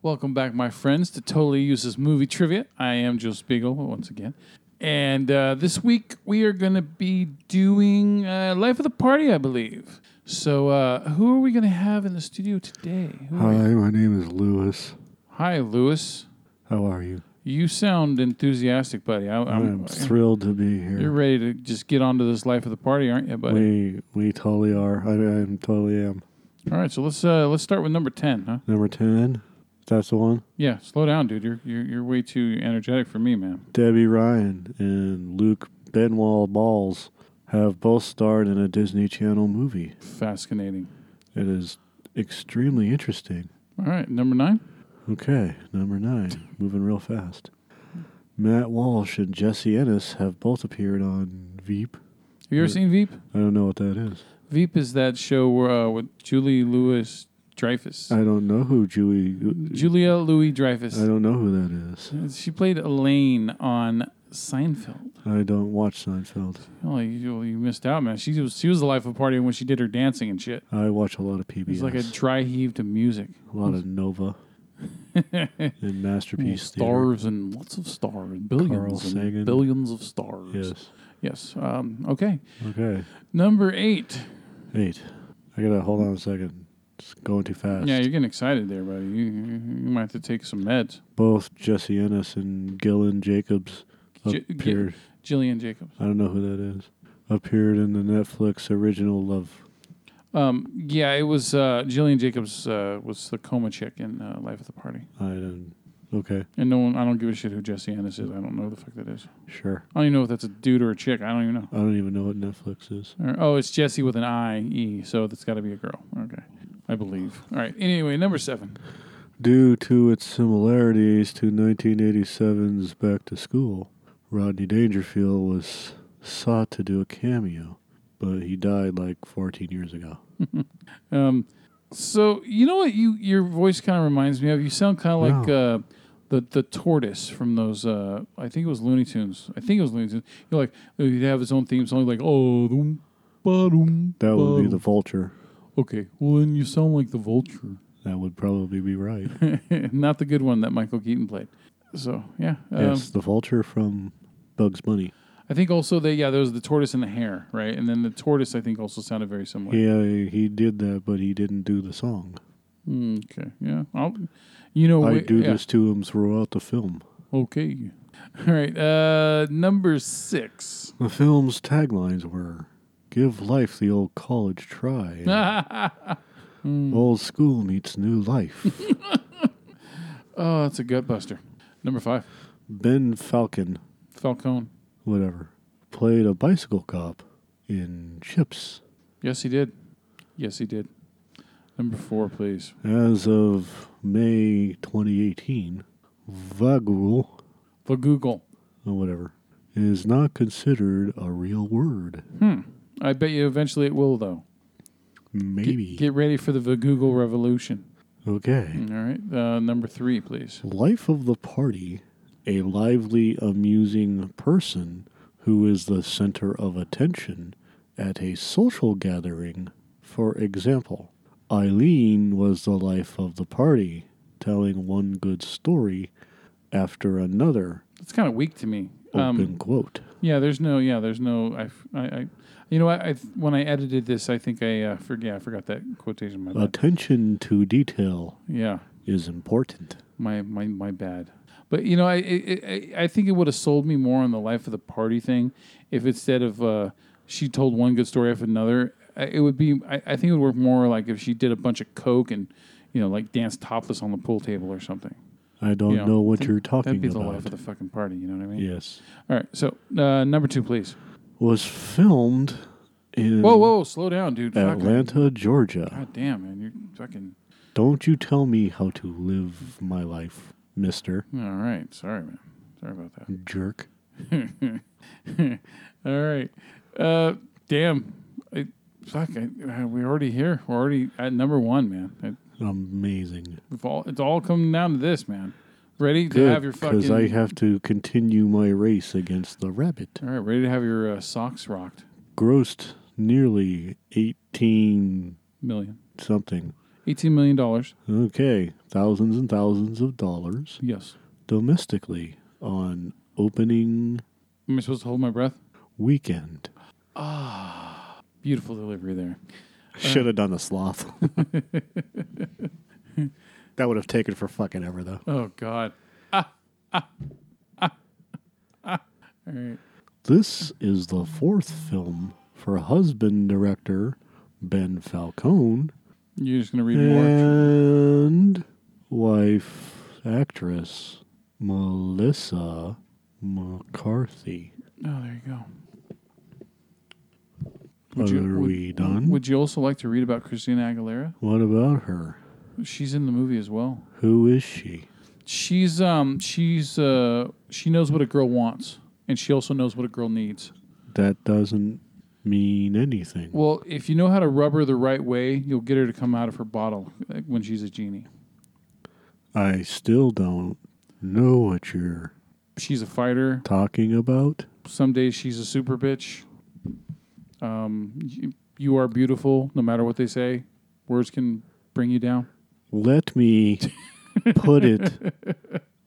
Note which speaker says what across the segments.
Speaker 1: Welcome back, my friends, to Totally Useless Movie Trivia. I am Joe Spiegel once again. And uh, this week we are going to be doing uh, Life of the Party, I believe. So, uh, who are we going to have in the studio today? Who are we-
Speaker 2: Hi, my name is Lewis.
Speaker 1: Hi, Lewis.
Speaker 2: How are you?
Speaker 1: You sound enthusiastic, buddy. I,
Speaker 2: I'm,
Speaker 1: I'm,
Speaker 2: thrilled to be
Speaker 1: you're
Speaker 2: here.
Speaker 1: ready to just get onto this Life of the Party, aren't you, buddy?
Speaker 2: We we totally are. I, I am totally am.
Speaker 1: All right, so let's uh, let's start with number ten, huh?
Speaker 2: Number ten. That's the one.
Speaker 1: Yeah, slow down, dude. You're you're, you're way too energetic for me, man.
Speaker 2: Debbie Ryan and Luke Benwall Balls have both starred in a Disney Channel movie.
Speaker 1: Fascinating.
Speaker 2: It is extremely interesting.
Speaker 1: All right, number nine.
Speaker 2: Okay, number nine. Moving real fast. Matt Walsh and Jesse Ennis have both appeared on Veep.
Speaker 1: Have you ever
Speaker 2: Yeah.
Speaker 1: seen Veep?
Speaker 2: I don't know what that is.
Speaker 1: Veep is that show where, uh, with Julie Louis Dreyfus.
Speaker 2: I don't know who Julie.
Speaker 1: Julia Louis
Speaker 2: I
Speaker 1: Dreyfus.
Speaker 2: don't know who that is.
Speaker 1: She played Elaine on Seinfeld.
Speaker 2: I don't watch Seinfeld.
Speaker 1: Oh, you, you missed out, man. She was she was the life of the party when she did her dancing and shit.
Speaker 2: I watch a lot of PBS.
Speaker 1: It was like a dry heave to music.
Speaker 2: a lot of Nova and Masterpiece Theater.
Speaker 1: stars and lots of stars, billions and
Speaker 2: Sagan.
Speaker 1: billions of stars.
Speaker 2: Yes.
Speaker 1: Yes. Um, okay.
Speaker 2: Okay.
Speaker 1: Number eight.
Speaker 2: Eight. I gotta hold on a second. It's going too fast.
Speaker 1: Yeah, you're getting excited there, buddy. You, you you might have to take some meds.
Speaker 2: Both Jesse Ennis and Gillian Jacobs
Speaker 1: J-
Speaker 2: appeared.
Speaker 1: Jillian Jacobs.
Speaker 2: I don't know who that is. Appeared in the Netflix original Love.
Speaker 1: Um, yeah, it was uh, Jillian Jacobs uh, was the coma chick in uh, Life of the Party,
Speaker 2: I didn't. Okay.
Speaker 1: and no one. I don't give a shit who Jesse Ennis is. I don't know who the fuck that is.
Speaker 2: Sure.
Speaker 1: I don't even know if that's a dude or a chick. I don't even know.
Speaker 2: I don't even know what Netflix is.
Speaker 1: Or- oh, it's Jesse with an I E, so that's got to be a girl. Okay, I believe. All right. Anyway, number seven.
Speaker 2: Due to its similarities to 1987's Back to School, Rodney Dangerfield was sought to do a cameo, but he died like 14 years ago.
Speaker 1: Um, so you know what you your voice kind of reminds me of. You sound kind of like uh, the the tortoise from those. Uh, I think it was Looney Tunes. I think it was Looney Tunes. You're like oh, he'd have his own theme song, like oh, doom, ba-doom,
Speaker 2: That would be
Speaker 1: ba-doom."
Speaker 2: the vulture.
Speaker 1: Okay, well then you sound like the vulture,
Speaker 2: That would probably be right.
Speaker 1: not the good one that Michael Keaton played. So yeah, um,
Speaker 2: yes, the vulture from Bugs Bunny.
Speaker 1: I think also they yeah there was the tortoise and the hare right, and then the tortoise I think also sounded very similar.
Speaker 2: Yeah, he did that, but he didn't do the song.
Speaker 1: Mm, okay, yeah, I'll, you know
Speaker 2: I
Speaker 1: we-
Speaker 2: do
Speaker 1: Oh, yeah.
Speaker 2: this to him throughout the film.
Speaker 1: Okay. All right. Uh, number six.
Speaker 2: The film's taglines were Give life the old college try. and
Speaker 1: Hmm.
Speaker 2: Old school meets new life.
Speaker 1: Oh, that's a gut buster. Number five.
Speaker 2: Ben Falcon,
Speaker 1: Falcone.
Speaker 2: whatever, played a bicycle cop in Chips.
Speaker 1: Yes, he did. Yes, he did. Number four, please.
Speaker 2: As of May 2018, Vagul,
Speaker 1: The Google.
Speaker 2: or whatever, is not considered a real word.
Speaker 1: Hmm, I bet you eventually it will, though. Get-
Speaker 2: Maybe.
Speaker 1: Get, ready for the Google revolution.
Speaker 2: okay.
Speaker 1: All right. Uh, number three, please.
Speaker 2: Life of the party, a lively, amusing person who is the center of attention at a social gathering. For example, Eileen was the life of the party, telling one good story after another.
Speaker 1: That's kind of weak to me. Um,
Speaker 2: Open quote.
Speaker 1: Yeah, there's no. Yeah, there's no. I, f- I- I- you know, I, I when I edited this, I think I uh, forget. I forgot that quotation. My bad.
Speaker 2: Attention to detail
Speaker 1: Yeah.
Speaker 2: is important.
Speaker 1: My my my bad. But you know, I I, I I think it would have sold me more on the life of the party thing if instead of uh, she told one good story after another, I- it would be. I, I think it would work more like if she did a bunch of coke and you know, like danced topless on the pool table or something.
Speaker 2: I don't
Speaker 1: You know,
Speaker 2: know what
Speaker 1: think
Speaker 2: you're
Speaker 1: That'd
Speaker 2: talking
Speaker 1: be the life
Speaker 2: about.
Speaker 1: of the fucking party. You know what I mean?
Speaker 2: yes.
Speaker 1: All right. So uh, number two, please.
Speaker 2: Was filmed in
Speaker 1: Whoa, whoa, slow down, dude. Fuck.
Speaker 2: Atlanta, Georgia.
Speaker 1: God damn, man, you're fucking.
Speaker 2: Don't you tell me how to live my life, mister
Speaker 1: All right. Sorry, man. Sorry about that.
Speaker 2: jerk.
Speaker 1: All right. Uh, damn. I, fuck. I, uh, we're already here. We're already at number one, man. It,
Speaker 2: Amazing.
Speaker 1: we've all, it's all coming down to this, man. Ready to have your
Speaker 2: Because
Speaker 1: fucking.
Speaker 2: I have to continue my race against the rabbit.
Speaker 1: all right. Ready to have your uh, socks rocked.
Speaker 2: Grossed nearly 18
Speaker 1: Million.
Speaker 2: something.
Speaker 1: $18 million.
Speaker 2: Okay, thousands and thousands of dollars
Speaker 1: Yes.
Speaker 2: domestically on opening
Speaker 1: Am I supposed to hold my breath?
Speaker 2: weekend.
Speaker 1: Beautiful delivery there. Uh.
Speaker 2: Should have done the sloth. that would have taken for fucking ever, though.
Speaker 1: Oh, God. Ah, ah, ah, ah. All right.
Speaker 2: This is the fourth film for husband director Ben Falcone
Speaker 1: You're just going to read more?
Speaker 2: and wife actress Melissa McCarthy.
Speaker 1: Oh, there you go.
Speaker 2: Are
Speaker 1: Would you- would-
Speaker 2: we done?
Speaker 1: Would you also like to read about Christina Aguilera?
Speaker 2: what about her?
Speaker 1: She's in the movie as well.
Speaker 2: Who is she?
Speaker 1: She's um she's uh she knows what a girl wants and she also knows what a girl needs.
Speaker 2: That doesn't mean anything.
Speaker 1: Well, if you know how to rub her the right way, you'll get her to come out of her bottle like when she's a genie.
Speaker 2: I still don't know what you're
Speaker 1: She's a fighter.
Speaker 2: talking about.
Speaker 1: Some days she's a super bitch. Um, you, you are beautiful, no matter what they say. Words can bring you down.
Speaker 2: Let me put it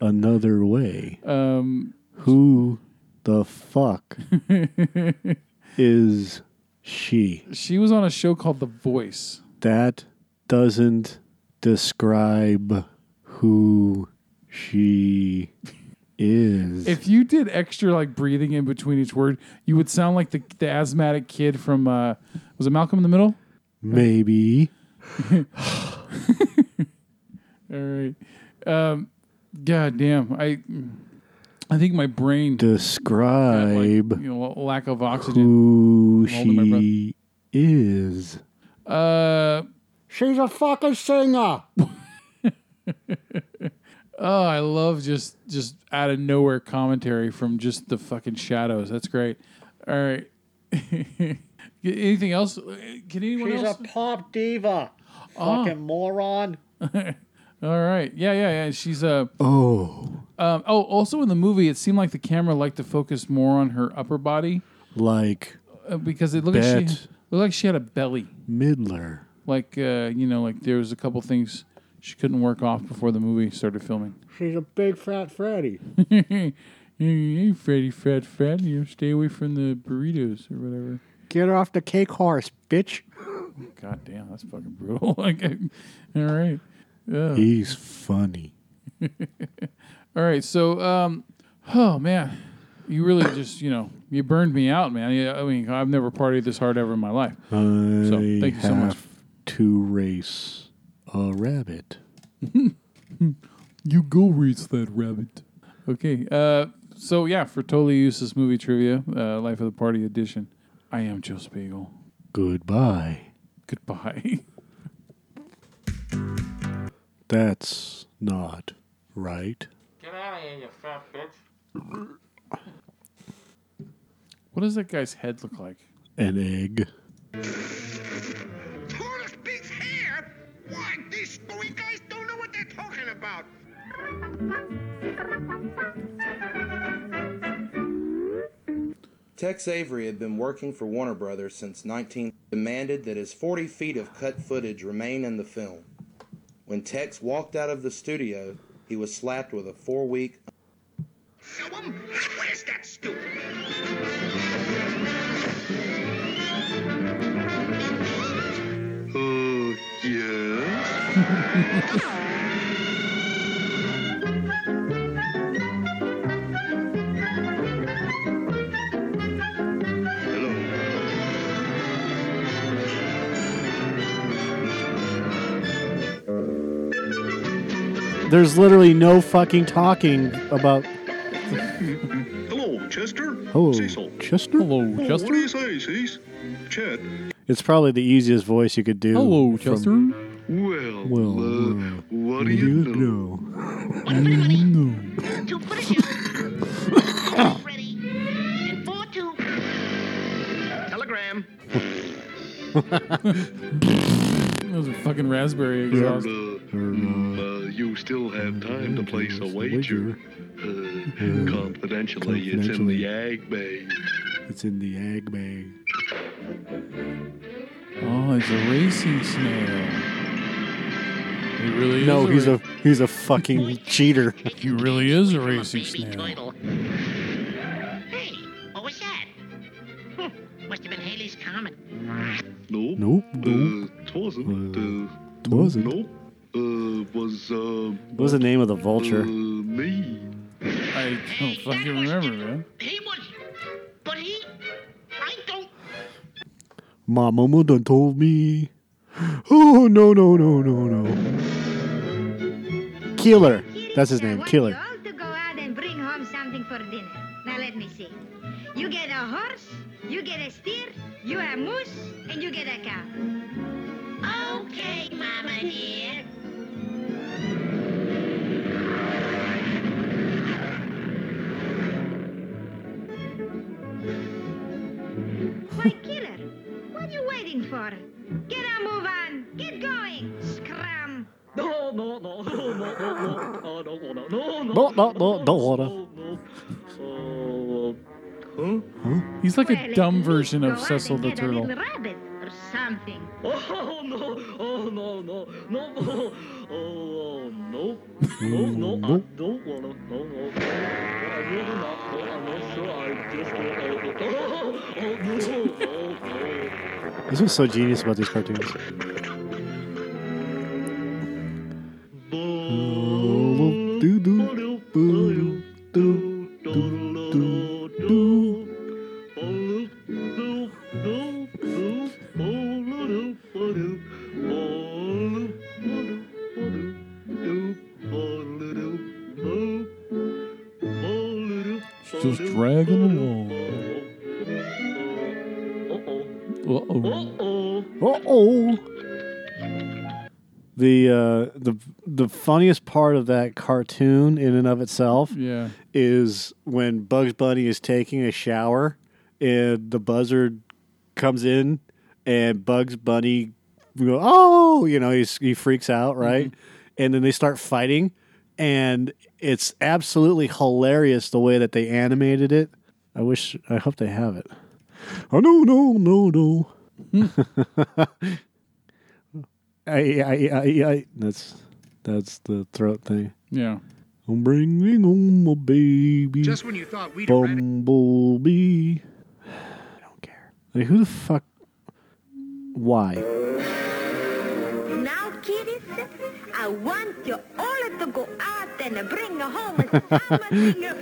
Speaker 2: another way.
Speaker 1: Um,
Speaker 2: Who the fuck is she?
Speaker 1: she was on a show called The Voice.
Speaker 2: That doesn't describe who she is.
Speaker 1: If you did extra like breathing in between each word, you would sound like the, the asthmatic kid from uh, was it Malcolm in the Middle?
Speaker 2: Maybe.
Speaker 1: All right. Um, God damn. I I think my brain had, like, you
Speaker 2: Describe
Speaker 1: know, lack of oxygen.
Speaker 2: who
Speaker 1: I'm holding my breath.
Speaker 2: she is.
Speaker 1: Uh
Speaker 2: She's a fucking singer.
Speaker 1: oh, I love just just out of nowhere commentary from just the fucking shadows. That's great. All right. Anything else? Uh, Can anyone
Speaker 3: She's a
Speaker 1: else?
Speaker 3: pop diva.
Speaker 2: Oh.
Speaker 3: Fucking moron.
Speaker 1: All right. Yeah, yeah, yeah. She's a.
Speaker 2: Oh,
Speaker 1: Um, oh, also in the movie, it seemed like the camera liked to focus more on her upper body
Speaker 2: like
Speaker 1: uh, because it looked like she
Speaker 2: Bet.
Speaker 1: looked like she had a belly.
Speaker 2: Midler.
Speaker 1: Like uh, you know, like there was a couple things she couldn't work off before the movie started filming.
Speaker 3: She's a big fat fatty.
Speaker 1: hey, Freddy, Fred, Fred, you know, stay away from the burritos or whatever.
Speaker 3: Get off the cake horse, bitch.
Speaker 1: God damn, that's fucking brutal. like, I- all right,
Speaker 2: He's funny.
Speaker 1: all right. So, um, oh man, you really just you know you burned me out, man. Yeah, I mean, I've never partied this hard ever in my life.
Speaker 2: I
Speaker 1: thank you
Speaker 2: have
Speaker 1: so much.
Speaker 2: to race a rabbit.
Speaker 1: You go raise that rabbit. Okay. Uh, so yeah, for totally useless movie trivia, uh, Life of the Party edition. I am Joe Spiegel.
Speaker 2: Goodbye.
Speaker 1: Goodbye.
Speaker 2: That's not right.
Speaker 4: Get out of here, you fat bitch.
Speaker 1: what does that guy's head look like?
Speaker 2: An egg.
Speaker 5: Tortoise beats hair? Why, these spoon guys don't know what they're talking about.
Speaker 6: Tex Avery had been working for Warner Brothers since 19 demanded that his 40 feet of cut footage remain in the film. When Tex walked out of the studio, he was slapped with a four-week
Speaker 5: Show 'em. Where's that stupid? Oh, yes? Hello.
Speaker 2: There's literally no fucking talking about.
Speaker 7: Hello, Chester.
Speaker 2: Oh,
Speaker 7: Cecil.
Speaker 2: Chester?
Speaker 1: Hello,
Speaker 7: Oh, What
Speaker 1: Chester.
Speaker 7: do you say, Cecil? Chet.
Speaker 2: It's probably the easiest voice you could do.
Speaker 1: Hello,
Speaker 2: from-
Speaker 1: Chester.
Speaker 7: Well,
Speaker 2: Well,
Speaker 7: uh,
Speaker 2: well,
Speaker 7: what do you know?
Speaker 8: two put it down. Ready. And four, two.
Speaker 5: Telegram.
Speaker 1: That was a fucking raspberry
Speaker 7: Uh,
Speaker 1: exhaust.
Speaker 7: mm, uh, you still have time to place a wager. Uh, confidentially, it's in
Speaker 2: confidentially.
Speaker 7: the ag bag.
Speaker 2: It's in the egg bag.
Speaker 1: Oh, it's a racing snail. He really
Speaker 2: No,
Speaker 1: is.
Speaker 2: he's a he's a fucking cheater.
Speaker 1: He really is a
Speaker 8: I'm a
Speaker 1: racing
Speaker 8: baby
Speaker 1: snail.
Speaker 8: turtle. Hey, what was that? Hmm, must have been Haley's comet.
Speaker 1: Oh,
Speaker 7: Nope.
Speaker 2: Nope.
Speaker 7: Uh, it wasn't. Uh,
Speaker 2: wasn't.
Speaker 7: Nope. Uh, was, uh,
Speaker 2: What was the name of the
Speaker 7: uh,
Speaker 2: vulture?
Speaker 7: me.
Speaker 1: I don't
Speaker 8: Hey,
Speaker 1: fucking
Speaker 8: that was
Speaker 1: remember,
Speaker 8: different.
Speaker 1: man.
Speaker 8: He was, but he, I don't.
Speaker 2: My mama done told me. Oh no no no no no. Keeler. That's his
Speaker 9: I
Speaker 2: name.
Speaker 9: want
Speaker 2: Keeler.
Speaker 9: You all to go out and bring home something for dinner. Now let me see. You get a horse, you get a steer, you a moose, and you get a cow.
Speaker 8: Okay, Mama dear.
Speaker 9: Why, killer? what are you waiting for? Get a move on. Get going. Scram.
Speaker 4: No, no, no, no, no, no, no, I don't wanna. No, no,
Speaker 2: No, no, no, don't wanna.
Speaker 4: no, no.
Speaker 1: He's like
Speaker 9: Well,
Speaker 1: a
Speaker 9: at
Speaker 1: dumb
Speaker 9: least
Speaker 1: version
Speaker 9: go
Speaker 1: of
Speaker 9: out
Speaker 1: Cecil
Speaker 9: and
Speaker 1: the
Speaker 9: get a
Speaker 1: Turtle.
Speaker 9: little rabbit or something.
Speaker 4: Uh, oh, no, oh, no, no, no, no, oh, no, no, no, I don't wanna, no, no. I really not, no, I'm not sure, I just don't, oh, oh, oh, no, oh, no.
Speaker 2: This was so genius about these cartoons.
Speaker 1: Just dragging along. Uh-oh.
Speaker 4: Uh-oh.
Speaker 2: Uh oh. The uh, the the funniest part of that cartoon in and of itself
Speaker 1: Yeah.
Speaker 2: is when Bugs Bunny is taking a shower and the buzzard comes in and Bugs Bunny go oh you know he's, he freaks out right and then they start fighting and it's absolutely hilarious the way that they animated it. I wish I hope they have it. Oh no no no no. I, I, I, I, that's that's the throat thing.
Speaker 1: Yeah.
Speaker 2: I'm bringing home a baby
Speaker 5: Just when you thought we'd eradicated
Speaker 2: bumblebee. I don't care. Like, who the fuck? Why?
Speaker 9: Now, kiddies, I want you all to go out and bring home something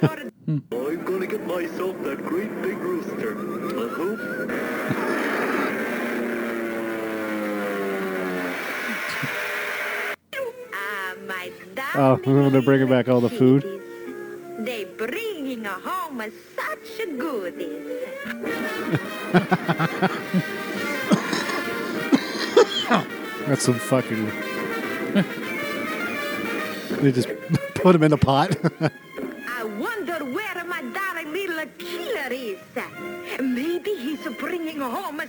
Speaker 9: for
Speaker 2: Hmm.
Speaker 7: I'm gonna get myself that great big rooster. Uh-huh. I hope
Speaker 9: Ah, my
Speaker 2: Oh,
Speaker 9: darling
Speaker 2: they're bringing back all the food?
Speaker 9: kitties. They bringing home such goodies.
Speaker 2: That's some fucking. they just put him in the pot.
Speaker 9: I wonder where my darling little killer is. Maybe he's bringing home a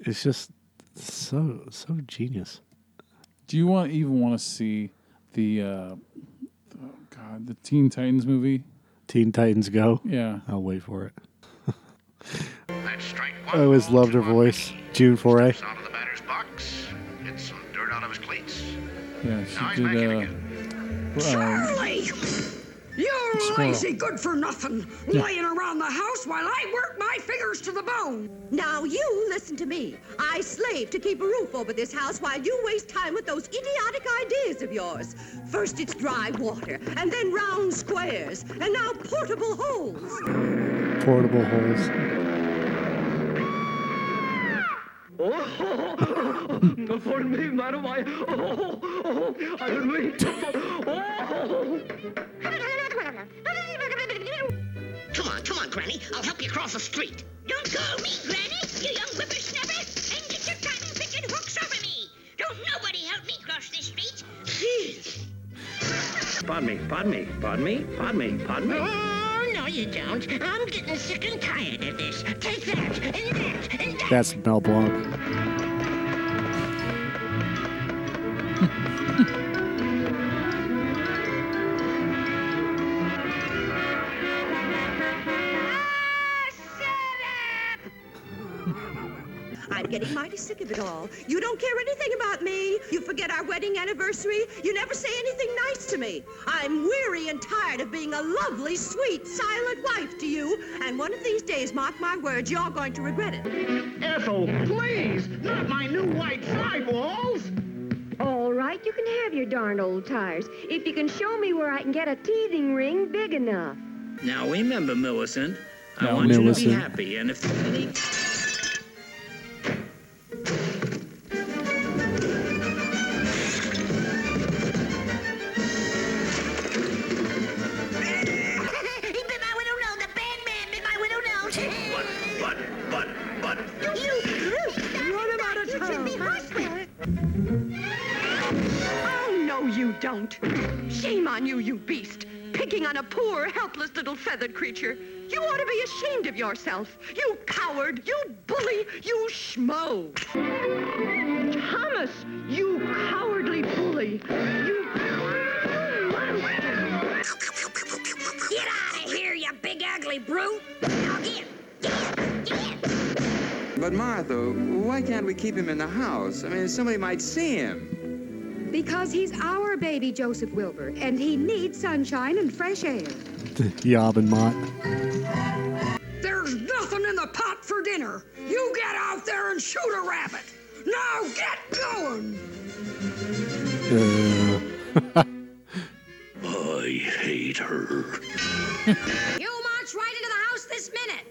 Speaker 2: it's just so so genius.
Speaker 1: Do you want even want to see the uh, oh God the Teen Titans movie?
Speaker 2: Teen Titans Go.
Speaker 1: Yeah.
Speaker 2: I'll wait for it.
Speaker 5: That's strike one.
Speaker 2: I always loved her
Speaker 5: Two on
Speaker 2: voice.
Speaker 5: me.
Speaker 2: June Foray.
Speaker 5: Steps out of the batter's box. Gets some dirt out of his cleats.
Speaker 1: Yeah.
Speaker 5: Now he's
Speaker 1: She
Speaker 5: back in
Speaker 1: did. Uh,
Speaker 5: again.
Speaker 1: uh,
Speaker 10: You're
Speaker 1: Squirrel.
Speaker 10: lazy, good for nothing, lying around the house while I work my fingers to the bone.
Speaker 9: Now you listen to me. I slave to keep a roof over this house while you waste time with those idiotic ideas of yours. First it's dry water, and then round squares, and now portable holes.
Speaker 2: Portable holes.
Speaker 4: Oh, pardon me, madam. I, oh, oh, I really, oh,
Speaker 8: Come on, come on, Granny. I'll help you cross the street. Don't call me Granny, you young whippersnapper, and get your cotton picking hooks off of me. Don't nobody help me cross this street.
Speaker 10: Pardon me, pardon me, pardon me, pardon me, pardon me.
Speaker 8: oh, no, you don't. I'm getting sick and tired of this. Take that, and that, and that.
Speaker 2: That's Mel Blanc.
Speaker 9: of it all. You don't care anything about me. You forget our wedding anniversary. You never say anything nice to me. I'm weary and tired of being a lovely, sweet, silent wife to you. And one of these days, mark my words, you're going to regret it.
Speaker 5: Ethel, please, not my new white eyeballs.
Speaker 11: All right, you can have your darn old tires if you can show me where I can get a teething ring big enough.
Speaker 12: Now remember, Millicent, I
Speaker 2: Now,
Speaker 12: want you to be
Speaker 2: Millicent.
Speaker 12: happy, and if there's any...
Speaker 8: Bit my window nose, the bad man bit my window nose. But, but, but, but. You, you, run him out of town. You should be horsewhipped.
Speaker 9: Oh, no, you don't. Shame on you, you beast. Picking on a poor, helpless little feathered creature. You ought to be ashamed of yourself. You coward, you bully, you schmo. Thomas, you cowardly bully.
Speaker 8: Get out of here, you big ugly brute. Now get.
Speaker 13: But Martha, why can't we keep him in the house? I mean, somebody might see him.
Speaker 11: Because he's our baby, Joseph Wilbur, and he needs sunshine and fresh air.
Speaker 2: Yob and Mott.
Speaker 10: There's nothing in the pot for dinner. You get out there and shoot a rabbit. Now get going.
Speaker 2: Uh,
Speaker 7: I hate her.
Speaker 14: You march right into the house this minute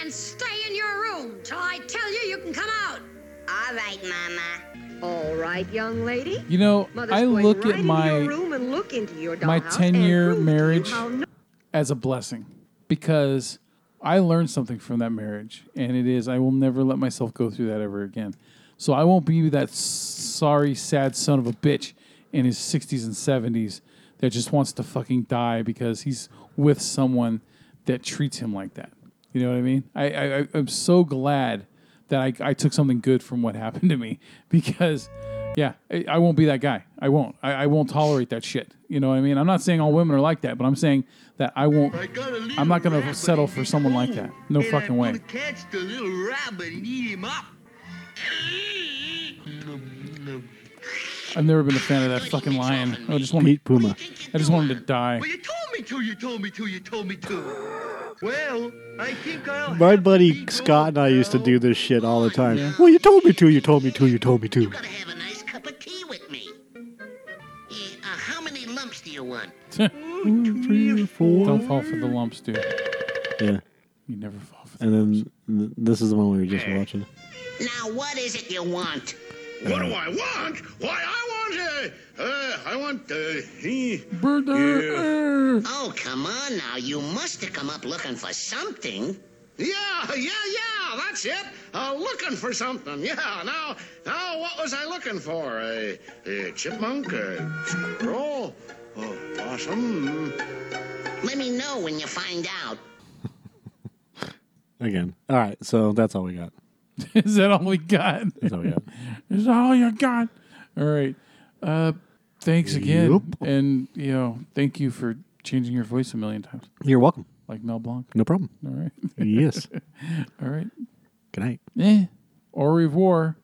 Speaker 14: and stay in your room till I tell you you can come out. All right, Mama.
Speaker 11: All right, young lady.
Speaker 1: You know,
Speaker 11: Mother's
Speaker 1: I
Speaker 11: going
Speaker 1: look
Speaker 11: right
Speaker 1: at
Speaker 11: into
Speaker 1: my-
Speaker 11: your room and look into your
Speaker 1: my
Speaker 11: dollhouse
Speaker 1: 10
Speaker 11: and
Speaker 1: year
Speaker 11: prove to you
Speaker 1: marriage
Speaker 11: how no-
Speaker 1: as a blessing because I learned something from that marriage. And it is, I will never let myself go through that ever again. So I won't be that s- sorry, sad son of a bitch in his 60s and 70s that just wants to fucking die because he's with someone that treats him like that. You know what I mean? I, I, I- I'm so glad that I, I took something good from what happened to me because, yeah, I, I won't be that guy. I won't. I, I won't tolerate that shit. You know what I mean? I'm not saying all women are like that, but I'm saying that I won't. I'm not going to settle for someone like that. No
Speaker 5: And
Speaker 1: fucking
Speaker 5: I'm
Speaker 1: way.
Speaker 5: gonna catch the little rabbit and eat him up.
Speaker 1: I've never been a fan of that fucking lion. I just want
Speaker 2: Pete Puma.
Speaker 1: I just wanted to die.
Speaker 5: Well, you told me to. You told me to. You told me to. Well, I think I'll.
Speaker 2: my buddy Scott and I used to do this shit all the time. Well, you told me to, you told me to, you told me to.
Speaker 15: uh, How many lumps do you want?
Speaker 2: One, three, or four.
Speaker 1: Don't fall for the lumps, dude.
Speaker 2: Yeah.
Speaker 1: You never fall for
Speaker 2: And then th- this is the one we were just watching.
Speaker 15: Now, what is it you want?
Speaker 2: uh,
Speaker 16: What do I want? Why, I want, uh, uh I want, uh,
Speaker 1: Burger.
Speaker 15: Oh, come on now. You must have come up looking for something.
Speaker 16: yeah, yeah, yeah, that's it. Uh, looking for something. Yeah, now, now, what was I looking for? A, a chipmunk, a squirrel, a possum.
Speaker 15: Let me know when you find out.
Speaker 2: Again. All right, so that's all we got.
Speaker 1: Is that all we got?
Speaker 2: That's all we got.
Speaker 1: Is that all you got? All right. Uh, thanks again, and you know, thank you for changing your voice a million times.
Speaker 2: You're welcome.
Speaker 1: Like Mel Blanc.
Speaker 2: No problem.
Speaker 1: All right.
Speaker 2: Yes.
Speaker 1: all right.
Speaker 2: Good night.
Speaker 1: Eh. Au revoir.